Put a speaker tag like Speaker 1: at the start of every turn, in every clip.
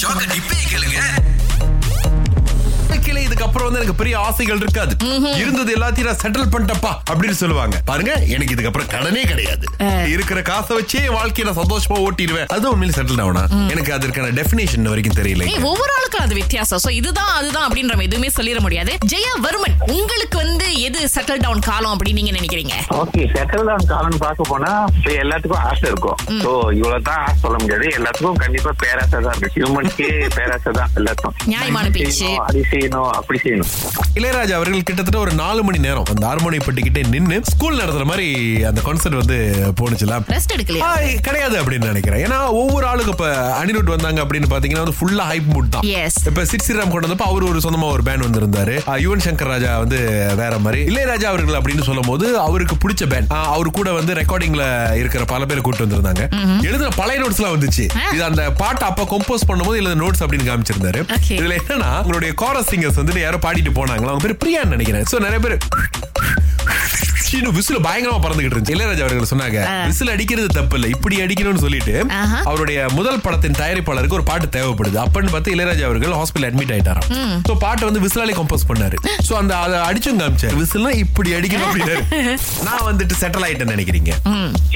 Speaker 1: ஷாக்க டிப்பே கேளுங்க வாழ்க்கையில இதுக்கப்புறம் வந்து எனக்கு பெரிய ஆசைகள் இருக்காது இருந்தது எல்லாத்தையும் நான் செட்டில் பண்ணிட்டப்பா அப்படின்னு சொல்லுவாங்க பாருங்க எனக்கு இதுக்கப்புறம் கடனே கிடையாது இருக்கிற காசை வச்சே என் வாழ்க்கையை நான் சந்தோஷமா ஓட்டிடுவேன் அது உண்மையில செட்டில் ஆகணும் எனக்கு அதற்கான டெஃபினேஷன் வரைக்கும் தெரியல
Speaker 2: ஏய், ஒவ்வொரு ஆளுக்கும் அது வித்தியாசம் சோ இதுதான் அதுதான் அப்படின்ற மாதிரி எதுவுமே சொல்லிட முடியாது ஜெயா வர்மன் உங்களுக்கு வந்து எது செட்டில் டவுன் காலம் அப்படின்னு நீங்க நினைக்கிறீங்க
Speaker 3: ஓகே செட்டில் டவுன் காலம்னு பார்க்க போனா இப்ப எல்லாத்துக்கும் ஆசை இருக்கும் சோ இவ்வளவுதான் ஆசை சொல்ல முடியாது எல்லாத்துக்கும் கண்டிப்பா பேராசை தான் இருக்கு ஹியூமன்ஸ்க்கே பேராசை தான் எல்லாத்துக்கும்
Speaker 2: நியாயமான
Speaker 3: இது
Speaker 2: பேச்சு.
Speaker 3: செய்யணும், அது செய்யணும் அப்படி செய்யணும்
Speaker 1: இளையராஜா அவர்கள் கிட்டத்தட்ட ஒரு நாலு மணி நேரம் அந்த ஹார்மோனியப்பட்டு கிட்டே நின்று ஸ்கூல் நடத்துற மாதிரி அந்த கான்சர்ட் வந்து போனுச்சுலாம்
Speaker 2: ரெஸ்ட் எடுக்கலையா
Speaker 1: கிடையாது அப்படின்னு நினைக்கிறேன் ஏன்னா ஒவ்வொரு ஆளுக்கு இப்ப அனிருட் வந்தாங்க அப்படின்னு பாத்தீங்கன்னா வந்து ஃபுல்லா ஹைப் மூட் தான்
Speaker 2: Yes.
Speaker 1: இப்ப சிட் ஸ்ரீராம் கொண்டு வந்தப்ப அவர் ஒரு சொந்தமா ஒரு பேண்ட் வந்திருந்தாரு அஹ் யுவன் சங்கர் ராஜா வந்து வேற மாதிரி இளையராஜா அவர்கள் அப்படின்னு சொல்லும் போது அவருக்கு பிடிச்ச பேண்ட் அவர் கூட வந்து ரெக்கார்டிங்ல இருக்கிற பல பேரை கூட்டு வந்திருந்தாங்க எழுதுன பழைய நோட்ஸ் எல்லாம் வந்துச்சு இது அந்த பாட்டை அப்ப கம்போஸ் பண்ணும்போது எழுத நோட்ஸ் அப்படின்னு காமிச்சிருந்தாரு
Speaker 2: Okay.
Speaker 1: இதுல என்னன்னா உங்களுடைய கோரஸ் சிங்கர்ஸ் வந்துட்டு யாரோ பாடிட்டு போனாங்களா அவங்க பேர் பிரியான்னு நினைக்கிறேன் சோ நிறைய பேர் விசில் பயங்கரமா பறந்துகிட்டு இருந்துச்சு இளையராஜா அவர்கள் சொன்னாங்க விசில் அடிக்கிறது தப்பு இல்ல இப்படி அடிக்கணும்னு சொல்லிட்டு
Speaker 2: ஆஹா.
Speaker 1: அவருடைய முதல் படத்தின் தயாரிப்பாளருக்கு ஒரு பாட்டு தேவைப்படுது அப்பன்னு பார்த்து இளையராஜா அவர்கள் ஹாஸ்பிட்டல் அட்மிட் ஆயிட்டாராம் சோ பாட்டு வந்து விசிலாலே கம்போஸ் பண்ணாரு சோ அந்த அதை அடிச்சும் காமிச்சாரு விசில்னா இப்படி அடிக்கணும் அப்படின்னாரு நான் வந்துட்டு செட்டில் ஆயிட்டேன்னு நினைக்கிறீங்க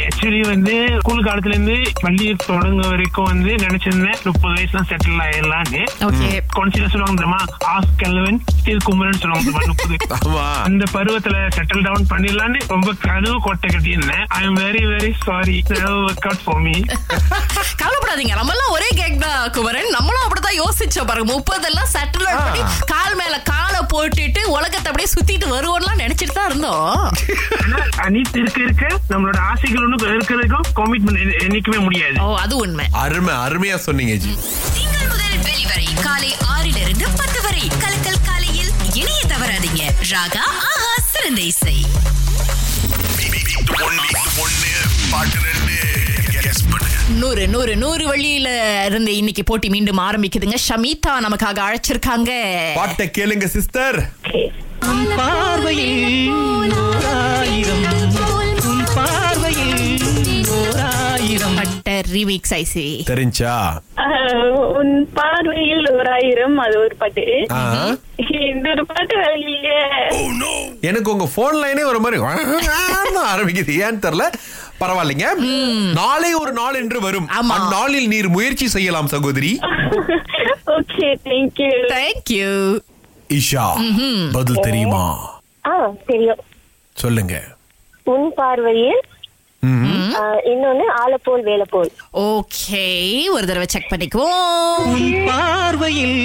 Speaker 4: ஆக்சுவலி வந்து ஸ்கூல் காலத்துல இருந்து பள்ளி தொடங்க வரைக்கும் வந்து நினைச்சிருந்தேன் முப்பது வயசுல செட்டில் ஆயிடலான்னு
Speaker 2: ஓகே
Speaker 4: கொஞ்சம் சொல்லுவாங்க தெரியுமா ஆஸ் கெல்வன் ஸ்டீல் குமரன் சொல்லுவாங்க தெரியுமா முப்பது
Speaker 1: ஆமா
Speaker 4: அந்த பருவத்துல செட்டில் டவுன் பண்ணிடலான்னு ரொம்ப கனவு கொட்டை கட்டி இருந்தேன் I am very very sorry work out for me
Speaker 2: கவலைப்படாதீங்க நம்ம எல்லாம் ஒரே கேக் தான் குமரன் நம்மளும் அப்படிதான் யோசிச்சோம் பாருங்க முப்பது எல்லாம் செட்டில் பண்ணி கால் மேல காலை போட்டுட்டு உலகத்தை அப்படியே சுத்திட்டு வருவோம்லாம் நினைச்சிட்டு தான் இருந்தோம்
Speaker 4: அனைத்து இருக்க இருக்க நம்மளோட ஆசைகள் ஒண்ணு இருக்கிறதுக்கும் கமிட்மெண்ட் என்னைக்குமே முடியாது
Speaker 2: ஓ அது உண்மை
Speaker 1: அருமை அருமையா சொன்னீங்க ஜி
Speaker 5: திங்கள் முதல் வெளிவரை காலை ஆறிலிருந்து பத்து வரை கலக்கல் காலையில் இணைய தவறாதீங்க ராகா ஆஹா சிறந்த இசை
Speaker 2: நூறு நூறு நூறு வழியில இருந்து இன்னைக்கு போட்டி மீண்டும் ஆரம்பிக்குதுங்க ஷமீதா நமக்காக அழைச்சிருக்காங்க
Speaker 1: பாட்டை கேளுங்க சிஸ்டர்
Speaker 6: பார்வையில் ஓராயிரம் உன் பார்வையில் ஓராயிரம்
Speaker 2: பட்டர் ரீமிக்ஸ் ஐசி
Speaker 1: தெரிஞ்சா
Speaker 7: ஆஹ் உன் பார்வையில் ஒரு ஆயிரம் அது ஒரு பாட்டு
Speaker 1: ஆ.
Speaker 7: இந்த ஒரு பாட்டு வெளியே
Speaker 1: எனக்கு உங்க போன் லைனே ஒரு மாதிரி ஆன்னு ஆரம்பிக்குது ஏன்னு தெரியல பரவாயில்லைங்க நாளை ஒரு நாள் என்று வரும்
Speaker 2: ஆமா.
Speaker 1: அந்நாளில் நீர் முயற்சி செய்யலாம் சகோதரி
Speaker 7: ஓகே தேங்க்யூ
Speaker 2: தேங்க்யூ
Speaker 1: இஷா பதில் தெரியுமா
Speaker 7: ஆ தெரியும்
Speaker 1: சொல்லுங்க
Speaker 7: உன் பார்வையில் ஆஹ் இன்னொன்னு ஆலப்போல் வேலப்போல்
Speaker 2: ஓகே ஒரு தடவை செக் பண்ணிக்குவோம்
Speaker 6: உன் பார்வையில்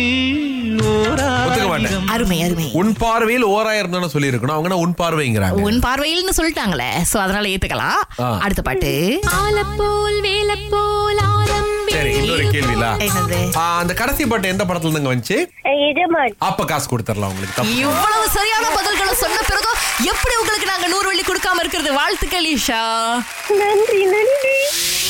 Speaker 1: ஒத்துக்க
Speaker 6: ஓராயிரம்
Speaker 1: மாட்டேன்
Speaker 2: அருமை அருமை
Speaker 1: உன் பார்வையில் ஓராயிரம் தானே சொல்லி இருக்கணும் அவங்கன்னா உன் பார்வைங்கிறாங்க
Speaker 2: உன் பார்வையில்னு சொல்லிட்டாங்களே சோ அதனால ஏத்துக்கலாம்
Speaker 1: ஆ.
Speaker 2: அடுத்த பாட்டு
Speaker 5: ஆலப்போல் வேலப்போல் ஆரம்பி
Speaker 1: சரி இன்னொரு கேள்விலா
Speaker 2: என்னது
Speaker 1: ஆ, அந்த கடைசி பாட்டு எந்த படத்துல இருந்து வந்துச்சு
Speaker 7: எஜமான்
Speaker 1: அப்ப காசு கொடுத்துடலாம் உங்களுக்கு தப்பு
Speaker 2: இவ்வளவு சரியான பதில்களை சொன்ன பிறகும் எப்படி உங்களுக்கு நாங்க நூறு வெள்ளி கொடுக்காம இருக்கிறது வாழ்த்துக்கள் ஈஷா
Speaker 7: நன்றி நன்றி